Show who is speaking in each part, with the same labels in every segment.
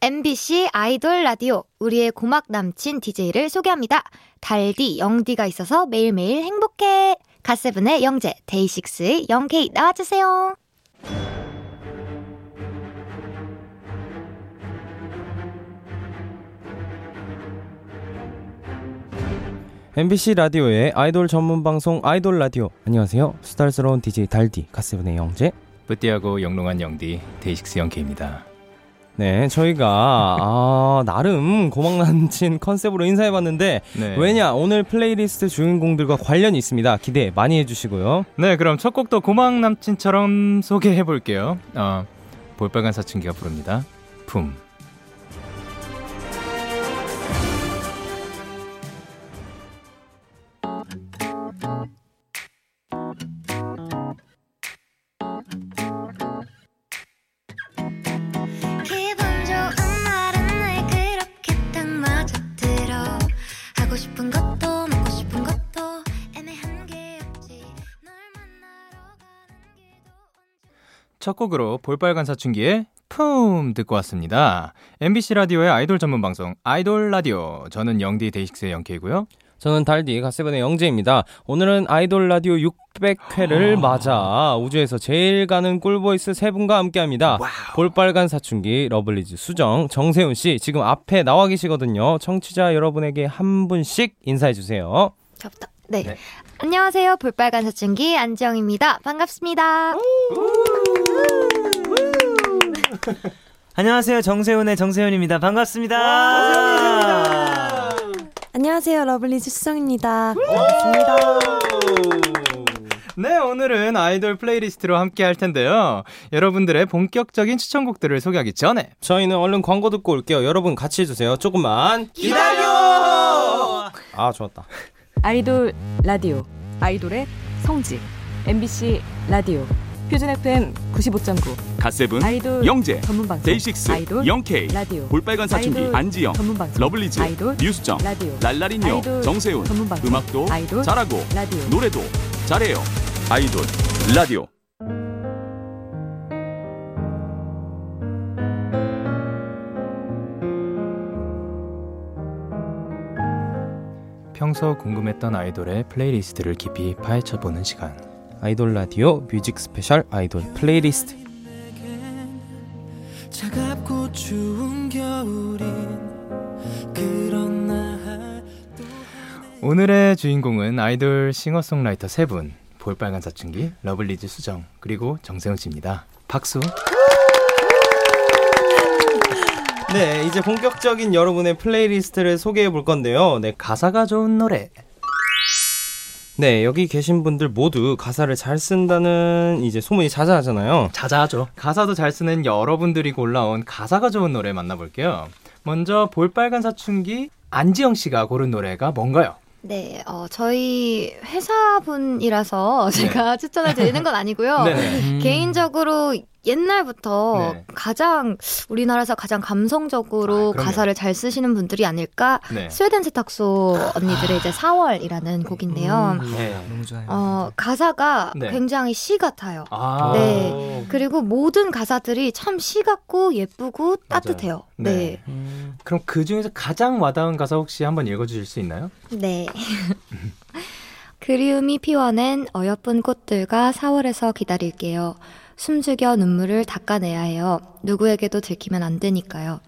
Speaker 1: MBC 아이돌 라디오 우리의 고막 남친 DJ를 소개합니다. 달디 영디가 있어서 매일매일 행복해. 갓세븐의 영재, 데이식스의 영케이 나와주세요.
Speaker 2: MBC 라디오의 아이돌 전문 방송 아이돌 라디오. 안녕하세요. 수달스러운 DJ 달디 갓세븐의 영재.
Speaker 3: 뿌띠하고 영롱한 영디 데이식스 영케입니다.
Speaker 2: 네, 저희가 아, 나름 고막난친 컨셉으로 인사해봤는데
Speaker 3: 네.
Speaker 2: 왜냐 오늘 플레이리스트 주인공들과 관련이 있습니다. 기대 많이 해주시고요.
Speaker 3: 네, 그럼 첫 곡도 고막 남친처럼 소개해 볼게요. 어, 볼빨간 사춘기가 부릅니다. 품.
Speaker 4: 기분 좋은 날은 날 그렇게 딱 맞아 들어 하고 싶은 것도 먹고 싶은 것도 애매한 게 없지 널 만나러 가는 길도 언제
Speaker 3: 첫 곡으로 볼빨간 사춘기의 품 듣고 왔습니다. MBC 라디오의 아이돌 전문 방송 아이돌 라디오. 저는 영디 데이식스의 영케이고요.
Speaker 2: 저는 달디 갓세븐의 영재입니다. 오늘은 아이돌 라디오 600회를 맞아 우주에서 제일 가는 꿀보이스 세 분과 함께합니다. 볼빨간 사춘기 러블리즈 수정 정세훈 씨 지금 앞에 나와 계시거든요. 청취자 여러분에게 한 분씩 인사해 주세요.
Speaker 1: 저부터. 네.
Speaker 3: 네.
Speaker 1: 안녕하세요. 볼빨간 사춘기 안지영입니다. 반갑습니다.
Speaker 5: 안녕하세요 정세훈의 정세훈입니다 반갑습니다
Speaker 6: 안녕하세요, 러블리즈 수성입니다.
Speaker 3: 네, 오늘은 아이돌 플레이리스트로 함께 할 텐데요. 여러분들의 본격적인 추천곡들을 소개하기 전에
Speaker 2: 저희는 얼른 광고 듣고 올게요. 여러분 같이 해주세요. 조금만 기다려. 아 좋았다.
Speaker 7: 아이돌 라디오 아이돌의 성지 MBC 라디오 표준 FM 95.9
Speaker 8: 갓세븐
Speaker 7: 아이돌
Speaker 8: 영재
Speaker 7: 전문 방송
Speaker 8: 데이식스
Speaker 7: 아이돌
Speaker 8: 영케이
Speaker 7: 라디오
Speaker 8: 볼빨간 사춘기
Speaker 7: 아이돌
Speaker 8: 안지영
Speaker 7: 전문 방송
Speaker 8: 러블리즈
Speaker 7: 아이돌
Speaker 8: 뉴스정
Speaker 7: 라디오
Speaker 8: 랄라린요
Speaker 7: 아이돌
Speaker 8: 정세훈
Speaker 7: 전문 방송
Speaker 8: 음악도
Speaker 7: 아이돌
Speaker 8: 잘하고
Speaker 7: 라디오
Speaker 8: 노래도 잘해요 아이돌 라디오
Speaker 3: 평소 궁금했던 아이돌의 플레이리스트를 깊이 파헤쳐 보는 시간.
Speaker 2: 아이돌 라디오 뮤직 스페셜 아이돌 플레이리스트.
Speaker 9: 차갑고 추운 겨울인 그런 날
Speaker 3: 오늘의 주인공은 아이돌 싱어송라이터 세 분. 볼빨간 사춘기, 러블리즈 수정, 그리고 정세훈 씨입니다. 박수.
Speaker 2: 네 이제 본격적인 여러분의 플레이리스트를 소개해 볼 건데요. 네 가사가 좋은 노래. 네 여기 계신 분들 모두 가사를 잘 쓴다는 이제 소문이 자자하잖아요.
Speaker 3: 자자하죠. 가사도 잘 쓰는 여러분들이 골라온 가사가 좋은 노래 만나볼게요. 먼저 볼빨간 사춘기 안지영 씨가 고른 노래가 뭔가요?
Speaker 1: 네, 어, 저희 회사분이라서 제가 추천을 드리는 건
Speaker 6: 어.
Speaker 1: 아니고요.
Speaker 3: 네. 네네.
Speaker 1: 개인적으로 옛날부터
Speaker 3: 네.
Speaker 1: 가장 우리나라에서 가장 감성적으로
Speaker 3: 아, 그럼요.
Speaker 1: 가사를 잘 쓰시는 분들이 아닐까
Speaker 3: 네. 아.
Speaker 1: 스웨덴 세탁소 언니들의 이제 4월이라는 곡인데요.
Speaker 3: 네.
Speaker 5: 너무 좋아요
Speaker 1: 어, 가사가
Speaker 3: 네.
Speaker 1: 굉장히 시 같아요.
Speaker 3: 아.
Speaker 1: 네. 그리고 모든 가사들이 참 시 같고 예쁘고 따뜻해요.
Speaker 3: 네.
Speaker 1: 네.
Speaker 3: 그럼 그 중에서 가장 와닿은 가사 혹시 한번 읽어주실 수 있나요?
Speaker 1: 네. 그리움이 피워낸 어여쁜 꽃들과 4월에서 기다릴게요. 숨죽여 눈물을 닦아내야 해요. 누구에게도 들키면 안 되니까요.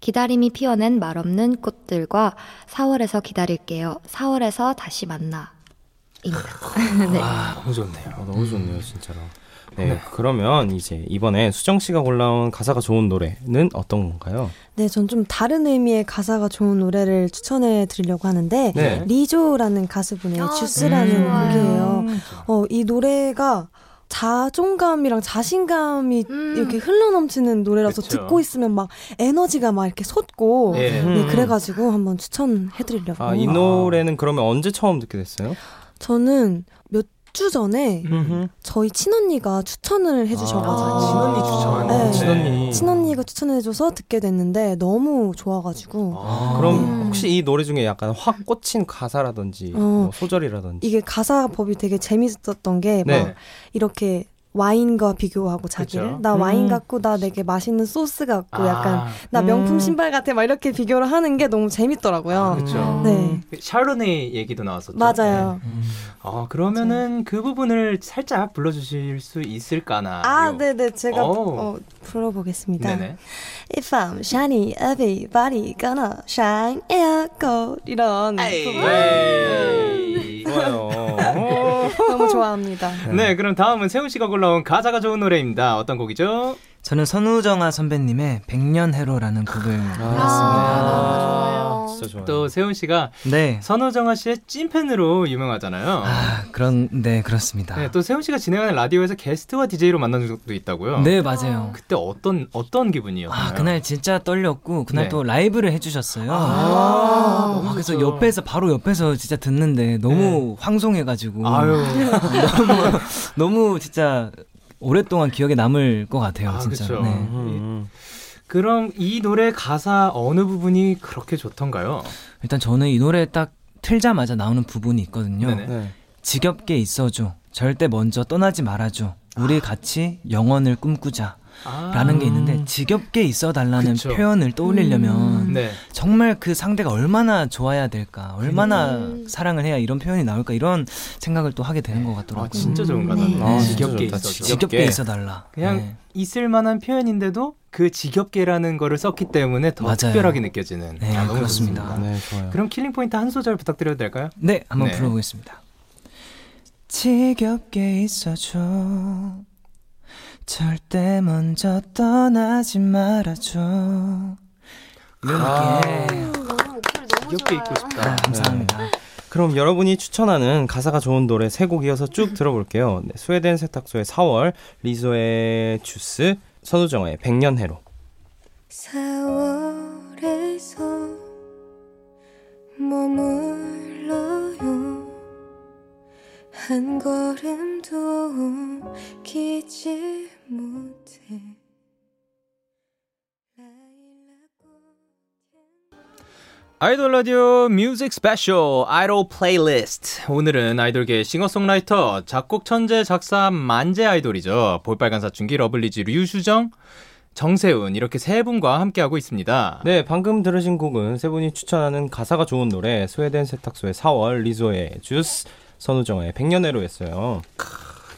Speaker 1: 기다림이 피워낸 말없는 꽃들과 4월에서 기다릴게요. 4월에서 다시 만나. 네. 입니다.
Speaker 3: 아, 너무 좋네요.
Speaker 2: 너무 좋네요 진짜로. 음. 네, 그러면 이제 이번에 수정 씨가 골라온 가사가 좋은 노래는 어떤 건가요?
Speaker 6: 네, 전 좀 다른 의미의 가사가 좋은 노래를 추천해 드리려고 하는데
Speaker 2: 네.
Speaker 6: 리조라는 가수분의
Speaker 1: 아,
Speaker 6: 주스라는
Speaker 1: 음.
Speaker 6: 곡이에요. 어, 이 노래가 자존감이랑 자신감이
Speaker 1: 음.
Speaker 6: 이렇게 흘러넘치는 노래라서
Speaker 3: 그쵸.
Speaker 6: 듣고 있으면 막 에너지가 막 이렇게 솟고
Speaker 3: 예.
Speaker 6: 네, 그래가지고 한번 추천해 드리려고.
Speaker 2: 음. 아 이 노래는 그러면 언제 처음 듣게 됐어요?
Speaker 6: 저는 몇 주 전에 저희 친언니가 추천을
Speaker 2: 아, 친언니
Speaker 6: 해주셔가지고 네.
Speaker 2: 친언니.
Speaker 6: 친언니가 추천해줘서 듣게 됐는데 너무 좋아가지고
Speaker 2: 그럼 혹시 이 노래 중에 약간 확 꽂힌 가사라든지
Speaker 6: 어.
Speaker 2: 뭐 소절이라든지
Speaker 6: 이게 가사법이 되게 재밌었던 게 막
Speaker 2: 네.
Speaker 6: 이렇게 와인과 비교하고 자기를
Speaker 3: 그쵸.
Speaker 6: 나 와인
Speaker 2: 음.
Speaker 6: 같고 나 내게 맛있는 소스 같고
Speaker 3: 아,
Speaker 6: 약간 나
Speaker 2: 음.
Speaker 6: 명품 신발 같아 막 이렇게 비교를 하는 게 너무
Speaker 2: 음.
Speaker 6: 재밌더라고요.
Speaker 3: 그렇죠.
Speaker 6: 네.
Speaker 3: 샤르네 얘기도 나왔었죠.
Speaker 6: 맞아요.
Speaker 3: 네. 어, 그러면은 그 부분을 살짝 불러주실 수 있을까나?
Speaker 6: 아, 네네. 제가
Speaker 3: 오.
Speaker 6: 어, 불러보겠습니다.
Speaker 3: 네네.
Speaker 6: If I'm shiny, everybody gonna shine your gold. 이런 부분
Speaker 3: 네.
Speaker 2: 좋아요.
Speaker 6: 어, 너무 좋아합니다.
Speaker 3: 네, 그럼 다음은 세훈 씨가 골라온 가사가 좋은 노래입니다. 어떤 곡이죠?
Speaker 5: 저는 선우정아 선배님의 백년해로라는 곡을 골랐습니다.
Speaker 2: 아, 진짜 좋아요.
Speaker 3: 또 세훈 씨가
Speaker 5: 네.
Speaker 3: 선우정아 씨의 찐팬으로 유명하잖아요.
Speaker 5: 아, 그런 네, 그렇습니다.
Speaker 3: 네, 또 세훈 씨가 진행하는 라디오에서 게스트와 DJ로 만난 적도 있다고요.
Speaker 5: 네, 맞아요.
Speaker 3: 그때 어떤 어떤 기분이었나요?
Speaker 5: 아, 그날 진짜 떨렸고 그날
Speaker 3: 네.
Speaker 5: 또 라이브를 해 주셨어요.
Speaker 3: 아, 너무
Speaker 5: 그래서
Speaker 3: 좋죠.
Speaker 5: 옆에서 바로 옆에서 진짜 듣는데 너무 황송해가지고
Speaker 3: 아유.
Speaker 5: 음. 너무 너무 진짜 오랫동안 기억에 남을 것 같아요
Speaker 3: 아,
Speaker 5: 진짜.
Speaker 3: 그쵸.
Speaker 5: 네.
Speaker 2: 음,
Speaker 3: 그럼 이 노래 가사 어느 부분이 그렇게 좋던가요?
Speaker 5: 일단 저는 이 노래 딱 틀자마자 나오는 부분이 있거든요.
Speaker 3: 네네.
Speaker 2: 음. 네.
Speaker 5: 지겹게 있어줘. 절대 먼저 떠나지 말아줘. 우리 같이 영원을 꿈꾸자.
Speaker 3: 아.
Speaker 5: 라는 게 있는데 지겹게 있어 달라는
Speaker 3: 그쵸.
Speaker 5: 표현을 떠올리려면
Speaker 3: 네.
Speaker 5: 정말 그 상대가 얼마나 좋아야 될까 얼마나 사랑을 해야 이런 표현이 나올까 이런 생각을 또 하게 되는 것 같더라고요
Speaker 3: 아
Speaker 5: 음.
Speaker 3: 진짜 좋은 가사네.
Speaker 2: 네. 아,
Speaker 3: 지겹게 네.
Speaker 2: 진짜 좋다.
Speaker 3: 있어.
Speaker 5: 지겹게 있어 달라
Speaker 3: 그냥 있을 만한 표현인데도 그 지겹게라는 거를 썼기 때문에 더
Speaker 5: 맞아요.
Speaker 3: 특별하게 느껴지는.
Speaker 5: 네, 그렇습니다.
Speaker 3: 좋습니다.
Speaker 2: 네, 좋아요.
Speaker 3: 그럼 킬링 포인트 한 소절 부탁드려도 될까요?
Speaker 5: 네, 한번
Speaker 3: 네.
Speaker 5: 불러보겠습니다. 지겹게 있어줘. 절대 먼저 떠나지 말아줘. 이렇게.
Speaker 3: 아. 지겹게 있고 싶다. 네.
Speaker 5: 아, 감사합니다.
Speaker 2: 그럼 여러분이 추천하는 가사가 좋은 노래 세 곡 이어서 쭉 들어볼게요. 네, 스웨덴 세탁소의 4월, 리소의 주스, 선우정아의 백년해로.
Speaker 4: 4월에서 머물러요 한 걸음도 옮기지 못해
Speaker 3: 아이돌 라디오 뮤직 스페셜 아이돌 플레이리스트 오늘은 아이돌계 싱어송라이터 작곡 천재 작사 만재 아이돌이죠 볼빨간 사춘기 러블리즈 류수정 정세훈 이렇게 세 분과 함께하고 있습니다
Speaker 2: 네, 방금 들으신 곡은 세 분이 추천하는 가사가 좋은 노래 스웨덴 세탁소의 4월, 리소의 주스, 선우정아의 백년해로였어요.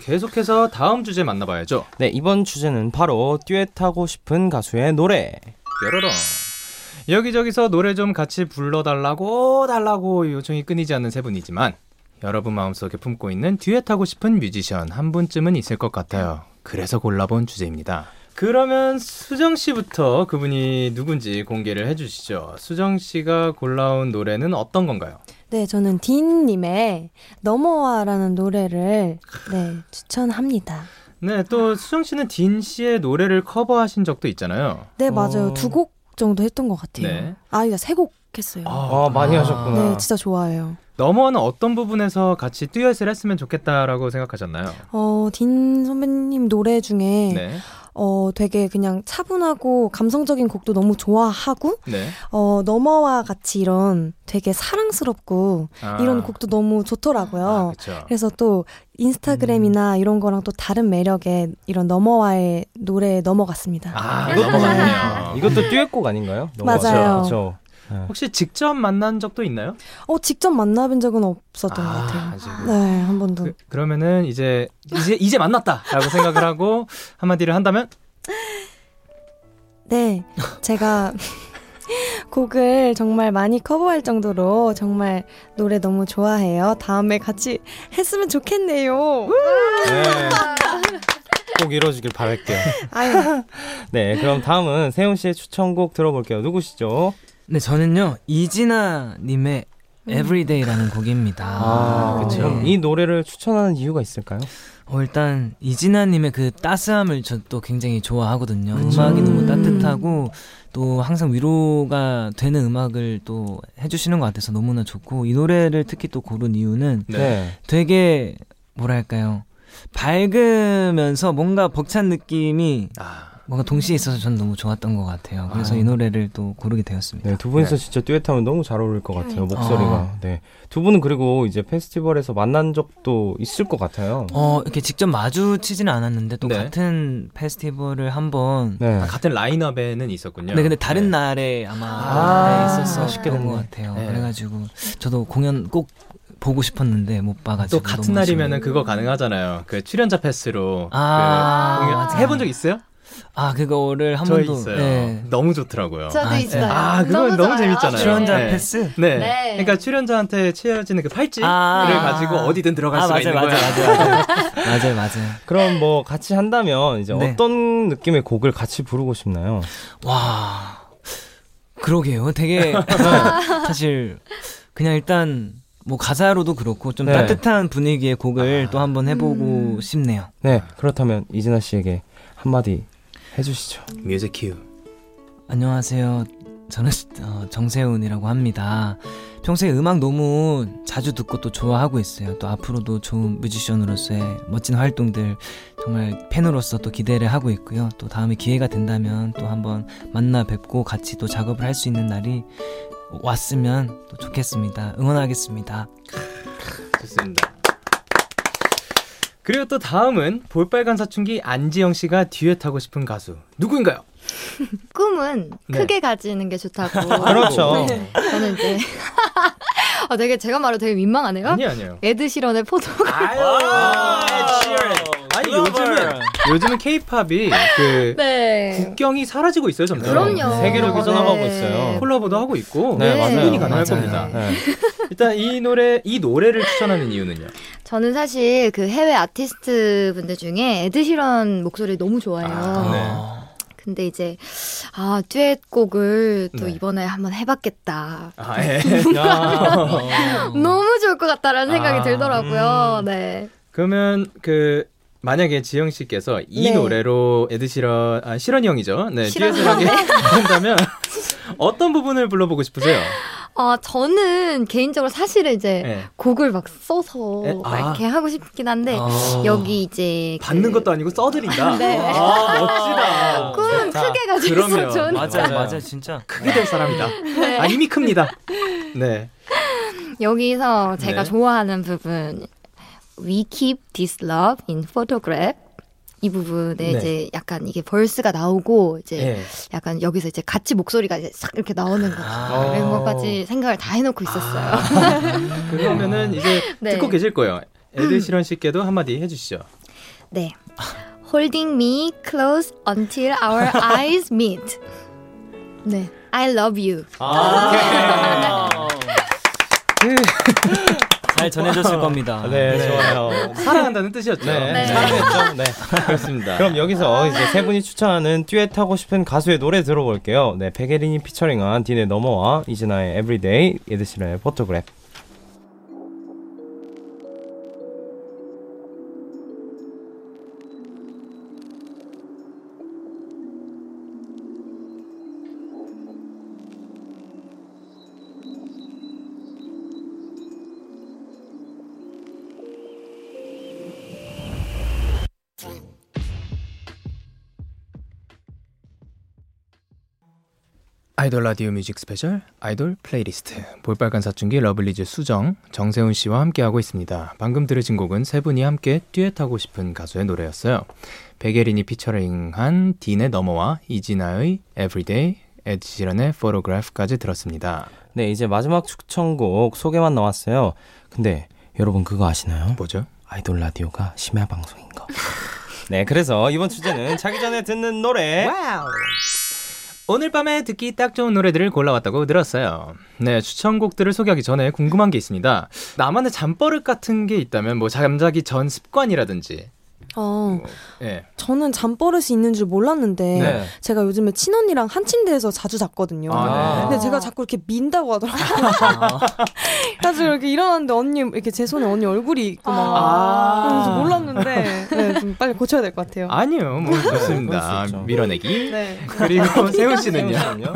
Speaker 3: 계속해서 다음 주제 만나봐야죠
Speaker 2: 네, 이번 주제는 바로 듀엣하고 싶은 가수의 노래.
Speaker 3: 뾰로롱 여기저기서 노래 좀 같이 불러달라고 달라고 요청이 끊이지 않는 세 분이지만 여러분 마음속에 품고 있는 듀엣하고 싶은 뮤지션 한 분쯤은 있을 것 같아요. 그래서 골라본 주제입니다. 그러면 수정 씨부터 그분이 누군지 공개를 해주시죠. 수정 씨가 골라온 노래는 어떤 건가요?
Speaker 6: 네, 저는 딘님의 넘어와라는 노래를 네 추천합니다.
Speaker 3: 네, 또 수정 씨는 딘 씨의 노래를 커버하신 적도 있잖아요.
Speaker 6: 네, 맞아요.
Speaker 2: 어.
Speaker 6: 두 곡 정도 했던 것 같아요.
Speaker 3: 네.
Speaker 6: 아, 그러니까 세곡 했어요.
Speaker 2: 아, 많이 하셨구나.
Speaker 6: 네, 진짜 좋아해요.
Speaker 3: 넘어는 어떤 부분에서 같이 듀엣을 했으면 좋겠다라고 생각하셨나요?
Speaker 6: 어, 딘 선배님 노래 중에
Speaker 3: 네,
Speaker 6: 어, 되게 그냥 차분하고 감성적인 곡도 너무 좋아하고
Speaker 3: 네.
Speaker 6: 어, 넘어와 같이 이런 되게 사랑스럽고
Speaker 3: 아.
Speaker 6: 이런 곡도 너무
Speaker 3: 아,
Speaker 6: 좋더라고요.
Speaker 3: 그쵸. 음.
Speaker 6: 그래서 또 인스타그램이나 이런 거랑 또 다른 매력의 이런 넘어와의 노래에 넘어갔습니다.
Speaker 3: 아,
Speaker 2: 이것도
Speaker 3: 넘어갔네요. 이거
Speaker 2: 이것도 듀엣곡 아닌가요?
Speaker 6: 맞아요.
Speaker 2: 그렇죠.
Speaker 3: 혹시 직접 만난 적도 있나요?
Speaker 6: 어, 직접 만나본 적은 없었던 것 같아요.
Speaker 3: 아직.
Speaker 6: 네, 한 번도.
Speaker 3: 그, 그러면은 이제 이제 이제 만났다라고 생각을 하고 한마디를 한다면
Speaker 6: 네, 제가 곡을 정말 많이 커버할 정도로 정말 노래 너무 좋아해요. 다음에 같이 했으면 좋겠네요.
Speaker 2: 네. 꼭 이루어지길 바랄게요.
Speaker 6: 아유,
Speaker 2: 네, 그럼 다음은 세훈 씨의 추천곡 들어볼게요. 누구시죠?
Speaker 5: 네, 저는요 이진아님의 Everyday라는 곡입니다.
Speaker 2: 아, 그쵸. 그럼
Speaker 5: 네.
Speaker 2: 이 노래를 추천하는 이유가 있을까요?
Speaker 5: 어, 일단 이진아님의 그 따스함을 저 또 굉장히 좋아하거든요. 음악이 너무 따뜻하고 또 항상 위로가 되는 음악을 또 해주시는 것 같아서 너무나 좋고 이 노래를 특히 또 고른 이유는
Speaker 2: 네.
Speaker 5: 되게 뭐랄까요 밝으면서 뭔가 벅찬 느낌이
Speaker 3: 아,
Speaker 5: 뭔가 동시에 있어서 전 너무 좋았던 것 같아요. 그래서 이 노래를 또 고르게 되었습니다.
Speaker 2: 네, 두 분이서 진짜 듀엣하면 너무 잘 어울릴 것 같아요, 목소리가.
Speaker 5: 아.
Speaker 2: 네. 두 분은 그리고 이제 페스티벌에서 만난 적도 있을 것 같아요.
Speaker 5: 어 이렇게 직접 마주치지는 않았는데 또
Speaker 3: 네.
Speaker 5: 같은 페스티벌을 한번
Speaker 2: 네.
Speaker 3: 아, 같은 라인업에는 있었군요.
Speaker 5: 네, 근데 다른
Speaker 3: 네.
Speaker 5: 날에 아마
Speaker 2: 아,
Speaker 5: 네, 있었어
Speaker 2: 아쉽게
Speaker 5: 그런
Speaker 2: 됐네.
Speaker 5: 것 같아요.
Speaker 3: 네.
Speaker 5: 그래가지고 저도 공연 꼭 보고 싶었는데 못 봐가지고
Speaker 3: 또 같은
Speaker 5: 너무 아쉬워요.
Speaker 3: 날이면은 그거 가능하잖아요. 그 출연자 패스로
Speaker 5: 아,
Speaker 3: 그 공연
Speaker 5: 맞아.
Speaker 3: 해본 적 있어요?
Speaker 5: 아 그거를 한
Speaker 3: 저
Speaker 5: 번도
Speaker 3: 있어요.
Speaker 5: 네.
Speaker 3: 너무 좋더라고요.
Speaker 5: 아, 네.
Speaker 3: 아, 그건 너무 재밌잖아요.
Speaker 5: 출연자
Speaker 3: 네.
Speaker 5: 패스
Speaker 3: 네.
Speaker 1: 네.
Speaker 3: 그러니까 출연자한테 채워지는 그 팔찌를
Speaker 5: 아.
Speaker 3: 가지고 어디든 들어갈
Speaker 5: 아
Speaker 3: 수가
Speaker 5: 맞아
Speaker 3: 있는
Speaker 5: 맞아
Speaker 3: 거야.
Speaker 5: 맞아 맞아 맞아 맞아
Speaker 2: 그럼 뭐 같이 한다면 이제
Speaker 5: 네.
Speaker 2: 어떤 느낌의 곡을 같이 부르고 싶나요?
Speaker 5: 와 그러게요. 되게 사실 그냥 일단 뭐 가사로도 그렇고 좀
Speaker 2: 네.
Speaker 5: 따뜻한 분위기의 곡을 또 한번 해보고 싶네요.
Speaker 2: 네, 그렇다면 이진아 씨에게 한마디 해주시죠.
Speaker 3: 뮤직 큐.
Speaker 5: 안녕하세요. 저는 어, 정세훈이라고 합니다. 평소에 음악 너무 자주 듣고 또 좋아하고 있어요. 또 앞으로도 좋은 뮤지션으로서의 멋진 활동들 정말 팬으로서 또 기대를 하고 있고요. 또 다음에 기회가 된다면 또 한번 만나 뵙고 같이 또 작업을 할 수 있는 날이 왔으면 또 좋겠습니다. 응원하겠습니다.
Speaker 3: 좋습니다. 그리고 또 다음은 볼빨간 사춘기 안지영 씨가 듀엣하고 싶은 가수 누구인가요?
Speaker 1: 꿈은
Speaker 3: 네.
Speaker 1: 크게 가지는 게 좋다고.
Speaker 5: 아,
Speaker 3: 어,
Speaker 2: 그렇죠.
Speaker 1: 저는 이제 아, 되게 제가 말로 되게 민망하네요.
Speaker 3: 아니 아니요.
Speaker 1: 에드시런의 포도.
Speaker 3: 아유, 아니
Speaker 2: 네.
Speaker 3: 요즘은 요즘은 케이팝이 그
Speaker 1: 네.
Speaker 3: 국경이 사라지고 있어요 점점.
Speaker 1: 그럼요.
Speaker 2: 세계로
Speaker 1: 네.
Speaker 2: 비전화가고 있어요.
Speaker 3: 콜라보도 하고 있고
Speaker 2: 네,
Speaker 1: 네.
Speaker 2: 맞아요.
Speaker 3: 충분히 가능할
Speaker 5: 맞아요.
Speaker 3: 겁니다.
Speaker 2: 네.
Speaker 3: 일단 이 노래 이 노래를 추천하는 이유는요.
Speaker 1: 저는 사실 그 해외 아티스트 분들 중에 에드시런 목소리 너무 좋아해요.
Speaker 3: 아, 네.
Speaker 1: 근데 이제 아 듀엣곡을 또
Speaker 3: 네.
Speaker 1: 이번에 한번 해봤겠다.
Speaker 3: 아, 예.
Speaker 1: 너무 좋을 것 같다라는 생각이
Speaker 3: 음. 아, 음.
Speaker 1: 들더라고요. 네.
Speaker 3: 그러면 그 만약에 지영 씨께서 이
Speaker 1: 네.
Speaker 3: 노래로 에드시런 아 시런이 형이죠. 네.
Speaker 1: 시런
Speaker 3: 듀엣을 하게 된다면 어떤 부분을 불러보고 싶으세요?
Speaker 1: 아 저는 개인적으로 사실은 이제
Speaker 3: 네.
Speaker 1: 곡을 막 써서
Speaker 3: 에?
Speaker 1: 막
Speaker 3: 아.
Speaker 1: 이렇게 하고 싶긴 한데
Speaker 5: 아.
Speaker 1: 여기 이제 그
Speaker 3: 받는 것도 아니고 써드린다.
Speaker 1: 네.
Speaker 3: 아 멋지다.
Speaker 1: 꿈은
Speaker 3: 좋다.
Speaker 1: 크게 가지고
Speaker 3: 그럼요.
Speaker 1: 있으면 좋은데
Speaker 5: 맞아
Speaker 3: 맞아요. 그
Speaker 5: 맞아 진짜
Speaker 3: 크게 될 사람이다. 아 이미 큽니다. 네.
Speaker 1: 여기서 제가
Speaker 3: 네.
Speaker 1: 좋아하는 부분 We keep this love in photograph 이 부분에
Speaker 3: 네.
Speaker 1: 이제 약간 이게 벌스가 나오고 이제
Speaker 3: 예.
Speaker 1: 약간 여기서 이제 같이 목소리가 이제 싹 이렇게 나오는 거죠.
Speaker 3: 아.
Speaker 1: 이런 아, 것까지 생각을 다 해놓고 있었어요.
Speaker 3: 그러면은 이제
Speaker 1: 네. 음.
Speaker 3: 듣고 계실 거예요. 에드시런 씨께도 한마디 해주시죠.
Speaker 1: 네. Holding me close until our eyes meet. 네. I love you.
Speaker 3: 그
Speaker 5: 잘
Speaker 3: 아,
Speaker 5: 전해졌을 겁니다.
Speaker 2: 네, 좋아요.
Speaker 3: 어, 사랑한다는 뜻이었죠.
Speaker 2: 네,
Speaker 1: 네.
Speaker 2: 사랑했죠. 네.
Speaker 3: 그렇습니다.
Speaker 2: 그럼 여기서 이제 세 분이 추천하는 듀엣하고 싶은 가수의 노래 들어볼게요. 네, 백예린이 피처링한 딘의 넘어와 이진아의 에브리데이, 에드시런의 포토그래프.
Speaker 3: 아이돌 라디오 뮤직 스페셜 아이돌 플레이리스트 볼빨간 사춘기 러블리즈 수정 정세훈 씨와 함께하고 있습니다. 방금 들으신 곡은 세 분이 함께 듀엣하고 싶은 가수의 노래였어요. 백예린이 피처링한 딘의 넘어와 이진아의 에브리데이 에드시런의 포토그래프까지 들었습니다.
Speaker 2: 네, 이제 마지막 추천곡 소개만 나왔어요. 근데 여러분 그거 아시나요?
Speaker 3: 뭐죠?
Speaker 2: 아이돌 라디오가 심야 방송인 거. 네, 그래서 이번 주제는 자기 전에 듣는 노래.
Speaker 3: 오늘 밤에 듣기 딱 좋은 노래들을 골라왔다고 들었어요. 네, 추천곡들을 소개하기 전에 궁금한 게 있습니다. 나만의 잠버릇 같은 게 있다면 뭐 잠자기 전 습관이라든지
Speaker 6: 어,
Speaker 3: 예.
Speaker 6: 저는 잠버릇이 있는 줄 몰랐는데
Speaker 3: 네.
Speaker 6: 제가 요즘에 친언니랑 한 침대에서 자주 잤거든요.
Speaker 3: 아,
Speaker 6: 근데 제가 자꾸 이렇게 민다고 하더라고요.
Speaker 5: 어.
Speaker 6: 그래서 이렇게 일어났는데 언니 이렇게 제 손에 언니 얼굴이 있구나. 그래서 몰랐는데 아. 네, 좀 빨리 고쳐야 될 것 같아요.
Speaker 3: 아니요, 뭐 좋습니다.
Speaker 2: 그럴 수 있죠.
Speaker 3: 밀어내기.
Speaker 6: 네.
Speaker 3: 그리고 세훈 씨는요?
Speaker 2: 잠시만요.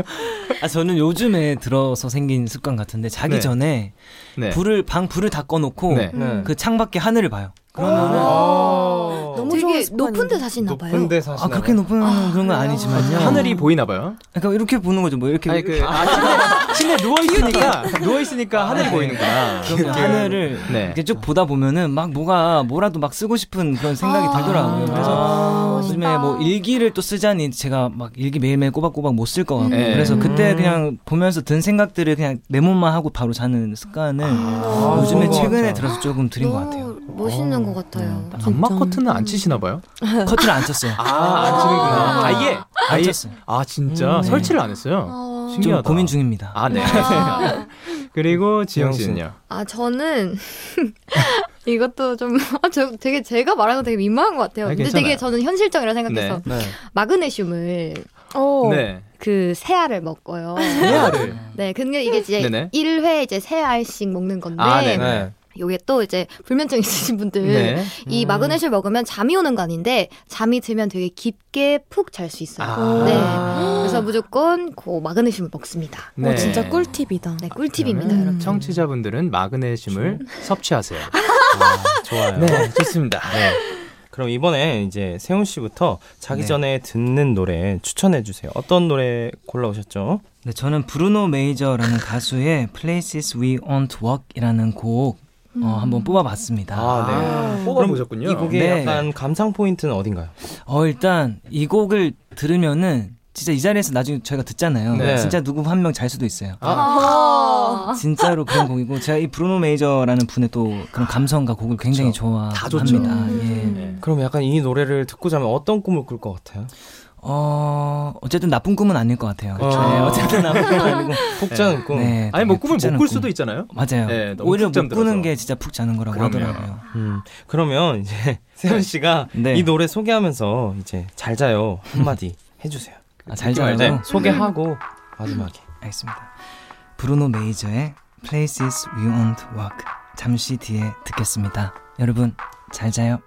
Speaker 5: 아 저는 요즘에 들어서 생긴 습관 같은데 자기
Speaker 3: 네.
Speaker 5: 전에
Speaker 3: 네.
Speaker 5: 불을 방 불을 다 꺼놓고
Speaker 3: 네.
Speaker 2: 네.
Speaker 5: 그 창밖에 하늘을 봐요. 그러면은
Speaker 3: 너무
Speaker 6: 너무
Speaker 1: 되게
Speaker 6: 좋은
Speaker 1: 높은 데
Speaker 6: 어, 습관인데.
Speaker 1: 사시나 봐요.
Speaker 3: 높은 데 사시나
Speaker 5: 아 그렇게 높은
Speaker 1: 아,
Speaker 5: 그런 건
Speaker 1: 그래요?
Speaker 5: 아니지만요.
Speaker 3: 하늘이 보이나 봐요.
Speaker 5: 그러니까 이렇게 보는 거죠. 뭐 이렇게
Speaker 3: 아니 그 아, 침대, 침대 누워 있으니까 누워 있으니까 하늘이
Speaker 5: 네.
Speaker 3: 보이는구나.
Speaker 5: 그러면
Speaker 3: 이렇게.
Speaker 5: 하늘을
Speaker 3: 네.
Speaker 5: 이렇게 쭉 보다 보면은 막 뭐가 뭐라도 막 쓰고 싶은 그런 생각이
Speaker 1: 아.
Speaker 5: 들더라고요. 그래서
Speaker 3: 아,
Speaker 5: 요즘에 뭐 일기를 또 쓰자니 제가 막 일기 매일매일 꼬박꼬박 못 쓸 것 같고
Speaker 3: 네.
Speaker 5: 그래서 그때
Speaker 3: 음.
Speaker 5: 그냥 보면서 든 생각들을 그냥 메모만 하고 바로 자는 습관을
Speaker 3: 아,
Speaker 5: 요즘에
Speaker 3: 그런 거
Speaker 5: 최근에
Speaker 3: 같아요.
Speaker 5: 들어서 조금 들인 것 같아요.
Speaker 1: 너무 멋있는 것 같아요. 진짜.
Speaker 3: 안마 커튼은 안 치시나 봐요.
Speaker 5: 커트를 안 쳤어요.
Speaker 3: 아안 치는구나. 아예
Speaker 5: 안
Speaker 3: 아예
Speaker 5: 쳤어요.
Speaker 3: 아 진짜
Speaker 5: 음, 네.
Speaker 3: 설치를 안 했어요.
Speaker 1: 어.
Speaker 5: 좀
Speaker 3: 신기하다.
Speaker 5: 고민 중입니다.
Speaker 3: 아 네. 그리고 지영 씨는요.
Speaker 1: 아 저는 이것도 좀 아, 저 되게 제가 말하는 거 되게 민망한 것 같아요.
Speaker 3: 아니,
Speaker 1: 근데
Speaker 3: 네, 괜찮아요.
Speaker 1: 되게 저는 현실적이라 생각해서
Speaker 3: 네.
Speaker 5: 네.
Speaker 1: 마그네슘을
Speaker 6: 어.
Speaker 3: 네.
Speaker 1: 그 세알을 먹어요.
Speaker 3: 헤아를.
Speaker 1: 네, 근데 이게 이제
Speaker 3: 음. 네네.
Speaker 1: 1회 이제 세알씩 먹는 건데
Speaker 3: 아 네네.
Speaker 2: 네.
Speaker 1: 요게 또 이제 불면증 있으신 분들
Speaker 3: 네.
Speaker 1: 이 마그네슘 먹으면 잠이 오는 거 아닌데 잠이 들면 되게 깊게 푹 잘 수 있어요.
Speaker 3: 아.
Speaker 1: 네. 그래서 무조건 그 마그네슘을 먹습니다.
Speaker 6: 어, 진짜 꿀팁이다.
Speaker 1: 네, 꿀팁입니다,
Speaker 3: 그러면
Speaker 1: 여러분.
Speaker 3: 청취자분들은 마그네슘을
Speaker 1: 음.
Speaker 3: 섭취하세요.
Speaker 2: 좋아요.
Speaker 3: 네, 좋습니다.
Speaker 2: 그럼 이번에 이제 세훈 씨부터 자기
Speaker 5: 네.
Speaker 2: 전에 듣는 노래 추천해 주세요. 어떤 노래 골라오셨죠?
Speaker 5: 네, 저는 브루노 메이저라는 가수의 Places We Won't Walk이라는 곡 어, 한번 뽑아봤습니다.
Speaker 3: 네. 뽑아보셨군요.
Speaker 2: 이 곡의
Speaker 5: 네.
Speaker 2: 약간 감상 포인트는 어딘가요?
Speaker 5: 어 일단 이 곡을 들으면은 진짜 이 자리에서 나중에 저희가 듣잖아요.
Speaker 2: 네.
Speaker 5: 진짜 누구 한 명 잘 수도 있어요.
Speaker 1: 아.
Speaker 5: 진짜로 그런 곡이고 제가 이 브루노 메이저라는 분의 또 그런 감성과 곡을 굉장히
Speaker 3: 그렇죠. 다 좋죠.
Speaker 5: 좋아합니다. 예.
Speaker 3: 네.
Speaker 2: 그럼 약간 이 노래를 듣고 자면 어떤 꿈을 꿀 것 같아요?
Speaker 5: 어 어쨌든 나쁜 꿈은 아닐 것 같아요.
Speaker 2: 그쵸.
Speaker 5: 네, 어쨌든 나쁜 꿈은 아니고.
Speaker 2: 푹 자는 꿈.
Speaker 5: 네,
Speaker 3: 그렇죠. 아니 뭐 꿈을 못
Speaker 5: 자는
Speaker 3: 꿀
Speaker 5: 꿈.
Speaker 3: 수도 있잖아요.
Speaker 5: 맞아요.
Speaker 3: 네, 너무
Speaker 5: 오히려 못
Speaker 3: 푹 잠들어서.
Speaker 5: 꾸는 게 진짜 푹 자는 거라고
Speaker 3: 그럼요.
Speaker 5: 하더라고요.
Speaker 2: 음, 그러면 이제 세훈 씨가
Speaker 5: 네.
Speaker 2: 이 노래 소개하면서 이제 잘 자요 한마디 해주세요.
Speaker 5: 아, 잘
Speaker 3: 듣지 말자.
Speaker 5: 자요.
Speaker 2: 소개하고 마지막에.
Speaker 5: 알겠습니다. 브루노 메이저의 Places We Won't Walk 잠시 뒤에 듣겠습니다. 여러분 잘 자요.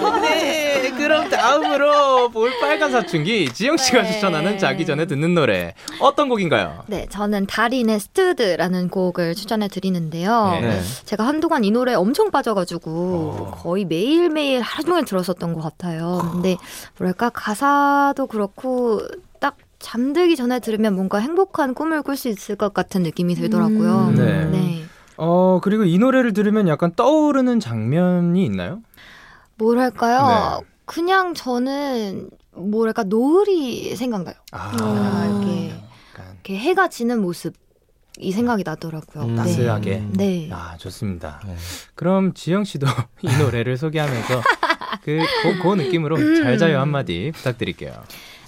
Speaker 1: 아,
Speaker 3: 네, 그럼 다음으로 볼 빨간 사춘기 지영 씨가
Speaker 1: 네.
Speaker 3: 추천하는 자기 전에 듣는 노래 어떤 곡인가요?
Speaker 1: 네, 저는 달인의 스튜드라는 곡을 추천해 드리는데요.
Speaker 3: 네.
Speaker 1: 제가 한동안 이 노래에 엄청
Speaker 3: 어.
Speaker 1: 빠져가지고 거의 매일매일 하루 종일 들었었던 것 같아요. 근데 뭐랄까 가사도 그렇고 딱 잠들기 전에 들으면 뭔가 행복한 꿈을 꿀 수 있을 것 같은 느낌이 들더라고요.
Speaker 3: 음, 네.
Speaker 1: 네.
Speaker 3: 어 그리고 이 노래를 들으면 약간 떠오르는 장면이 있나요? 네.
Speaker 1: 뭐랄까요? 그냥 저는 뭐랄까 노을이 생각나요.
Speaker 3: 아,
Speaker 1: 뭔가 이렇게
Speaker 3: 약간
Speaker 1: 이렇게 해가 지는 모습이 생각이 나더라고요.
Speaker 2: 음,
Speaker 1: 네.
Speaker 3: 따스하게.
Speaker 1: 네.
Speaker 3: 아 좋습니다.
Speaker 2: 네.
Speaker 3: 그럼 지영 씨도 이 노래를 소개하면서 그, 그, 그 느낌으로 잘 자요 한마디 부탁드릴게요.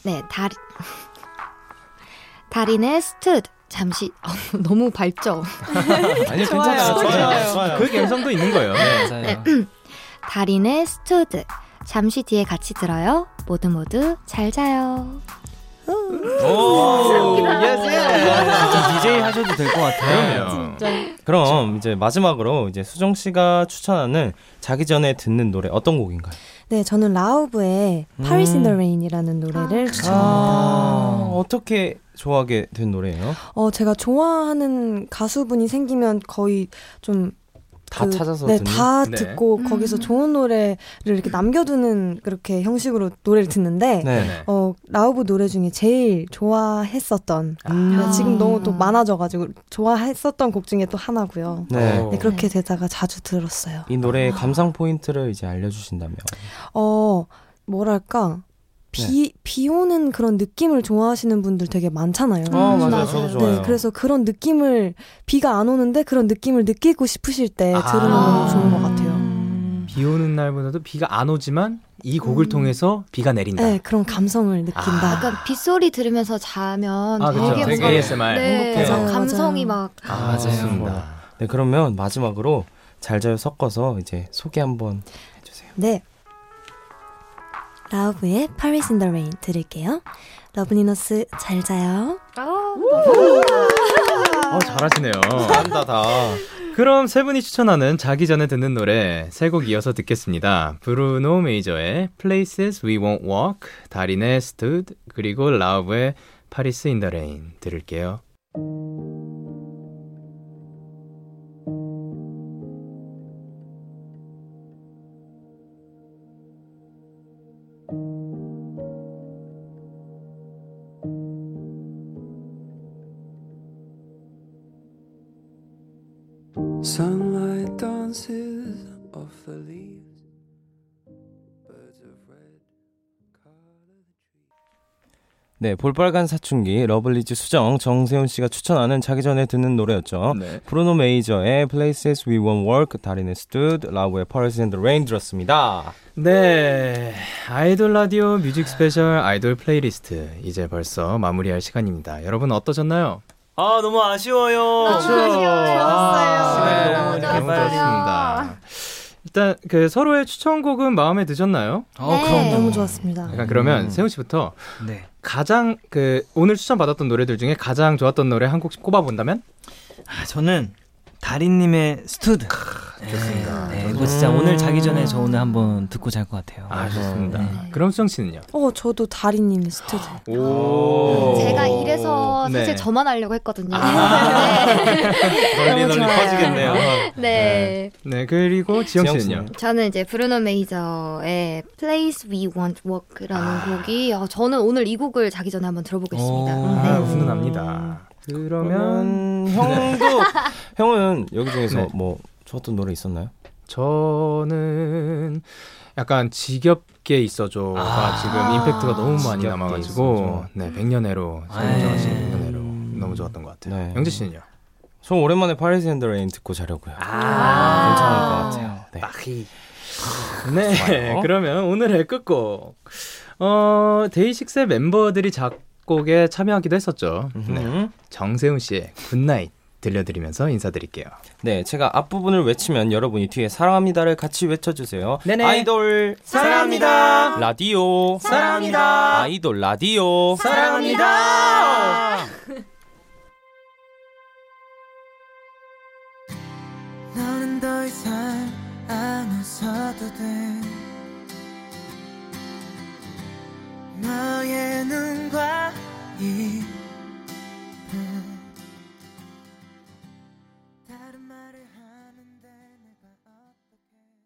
Speaker 1: 네, 다리 다리네 스튜드 잠시 어, 너무 밝죠.
Speaker 2: 아니
Speaker 6: 괜찮아요.
Speaker 2: 좋아요.
Speaker 3: 그 감성도 있는 거예요. 네.
Speaker 5: 맞아요.
Speaker 1: 달인의 스튜드 잠시 뒤에 같이 들어요 모두 모두 잘 자요
Speaker 2: 오.
Speaker 5: 진짜 DJ 하셔도 될 것 같아요.
Speaker 3: 그럼요.
Speaker 2: 그럼 이제 마지막으로 이제 수정 씨가 추천하는 자기 전에 듣는 노래 어떤 곡인가요?
Speaker 6: 네, 저는 라우브의 Paris
Speaker 2: 음.
Speaker 6: in the Rain이라는 노래를 추천합니다.
Speaker 2: 아, 어떻게 좋아하게 된 노래예요?
Speaker 6: 어, 제가 좋아하는 가수분이 생기면 거의 좀
Speaker 2: 다
Speaker 6: 그-
Speaker 2: 찾아서
Speaker 6: 네,
Speaker 2: 듣는.
Speaker 6: 다
Speaker 3: 네.
Speaker 6: 듣고 거기서 좋은 노래를 이렇게 남겨두는 그렇게 형식으로 노래를 듣는데
Speaker 2: 네.
Speaker 6: 어, 라우브 노래 중에 제일 좋아했었던 그러니까
Speaker 1: 아.
Speaker 6: 지금 너무 또 많아져가지고 좋아했었던 곡 중에 또 하나고요.
Speaker 2: 네.
Speaker 3: 어.
Speaker 6: 네, 그렇게 되다가 자주 들었어요.
Speaker 2: 이 노래의 감상 포인트를 이제 알려주신다면.
Speaker 6: 어, 뭐랄까. 비, 비 오는 그런 느낌을 좋아하시는 분들 되게 많잖아요.
Speaker 2: 어 맞아요,
Speaker 1: 맞아요.
Speaker 2: 저도
Speaker 1: 네,
Speaker 2: 좋아요.
Speaker 6: 네, 그래서 그런 느낌을, 비가 안 오는데 그런 느낌을 느끼고 싶으실 때
Speaker 3: 아.
Speaker 6: 들으면 너무 좋은 것 같아요.
Speaker 3: 비 오는 날보다도 비가 안 오지만 이 곡을 통해서 비가 내린다.
Speaker 6: 네, 그런 감성을 느낀다.
Speaker 1: 약간 그러니까 빗소리 들으면서 자면
Speaker 3: 아, 그렇죠.
Speaker 1: 되게
Speaker 3: 되게
Speaker 1: 뭔가
Speaker 3: ASMR.
Speaker 1: 네,
Speaker 3: 행복해요.
Speaker 1: 맞아요, 감성이
Speaker 6: 맞아요.
Speaker 1: 막
Speaker 3: 아,
Speaker 5: 맞아요.
Speaker 3: 좋습니다.
Speaker 2: 네 그러면 마지막으로 잘자요 섞어서 이제 소개 한번 해주세요.
Speaker 6: 네. 라우브의 Paris in the Rain 들을게요. 러브니너스 잘 자요.
Speaker 1: 네.
Speaker 3: 어, 잘하시네요.
Speaker 2: 한다 다.
Speaker 3: 그럼 세 분이 추천하는 자기 전에 듣는 노래 세 곡 이어서 듣겠습니다. 브루노 메이저의 Places We Won't Walk, 다린의 Stood, 그리고 라우브의 Paris in the Rain 들을게요.
Speaker 9: Sunlight dances off the leaves. Birds of red color the trees.
Speaker 2: 네, 볼빨간 사춘기 러블리즈 수정 정세훈 씨가 추천하는 자기 전에 듣는
Speaker 5: 어?
Speaker 2: 노래였죠.
Speaker 3: 네.
Speaker 2: 브루노 메이저의 Places We Won't Walk, 다리는 Stood, 라우의 Paris and the Rain 들었습니다.
Speaker 3: 네. 아이돌 라디오 뮤직 스페셜 아이돌 플레이리스트 이제 벌써 마무리할 시간입니다. 여러분 어떠셨나요?
Speaker 5: 아 너무 아쉬워요.
Speaker 3: 그렇죠.
Speaker 5: 시간이 너무
Speaker 3: 아,
Speaker 5: 많이
Speaker 3: 너무 좋았습니다. 일단 그 서로의 추천곡은 마음에 드셨나요?
Speaker 5: 어 그럼
Speaker 6: 너무 좋았습니다.
Speaker 3: 약간 그러면
Speaker 5: 음.
Speaker 3: 세훈 씨부터
Speaker 5: 네.
Speaker 3: 가장 그 오늘 추천받았던 노래들 중에 가장 좋았던 노래 한 곡씩 꼽아본다면?
Speaker 5: 아, 저는 다리님의 스투드. 좋습니다. 네, 이거 진짜 오늘 자기 전에 저 오늘 한번 듣고 잘 것 같아요.
Speaker 3: 아 좋습니다.
Speaker 5: 네.
Speaker 3: 그럼 수정 씨는요?
Speaker 6: 어, 저도 다리님 스튜디오.
Speaker 3: 오.
Speaker 1: 제가 이래서 사실
Speaker 3: 네. 아.
Speaker 1: 저만 하려고 했거든요.
Speaker 3: 널리
Speaker 6: 너무
Speaker 3: 널리
Speaker 6: 좋아요.
Speaker 3: 퍼지겠네요.
Speaker 1: 네. 네.
Speaker 3: 네 그리고 지영
Speaker 2: 지영
Speaker 3: 씨는요?
Speaker 1: 저는 이제 브루노 메이저의 Place We Want Walk라는
Speaker 3: 아.
Speaker 1: 곡이 어, 저는 오늘 이 곡을 자기 전에 한번 들어보겠습니다.
Speaker 5: 오.
Speaker 1: 네.
Speaker 3: 아 훈훈합니다. 그러면
Speaker 2: 그러면 형도 형은 여기 중에서
Speaker 3: 네.
Speaker 2: 뭐 좋았던 노래 있었나요?
Speaker 3: 저는 약간 지겹게 있어줘가 지금 임팩트가 너무 많이
Speaker 2: 아, 지겹게
Speaker 3: 남아가지고
Speaker 2: 있어줘.
Speaker 3: 네 백년해로
Speaker 5: 아,
Speaker 3: 정정 씨
Speaker 5: 예.
Speaker 3: 백년해로 너무 좋았던 것 같아요.
Speaker 2: 네.
Speaker 3: 영재 씨는요?
Speaker 2: 저 오랜만에 Paris and the Rain 듣고 자려고요.
Speaker 3: 아.
Speaker 2: 괜찮을 것 같아요. 네.
Speaker 3: 네,
Speaker 2: 좋아요.
Speaker 3: 그러면 오늘의 끝곡. 어, 데이식스의 멤버들이 작곡에 참여하기도 했었죠. 네.
Speaker 2: 음.
Speaker 3: 정세훈 씨의 굿나잇 들려드리면서 인사드릴게요.
Speaker 2: 네, 제가 앞부분을 외치면 여러분이 뒤에 사랑합니다를 같이 외쳐주세요.
Speaker 3: 네네.
Speaker 2: 아이돌 사랑합니다. 라디오
Speaker 3: 사랑합니다.
Speaker 2: 아이돌 라디오
Speaker 3: 사랑합니다.
Speaker 9: 너는 더 이상 안 웃어도 돼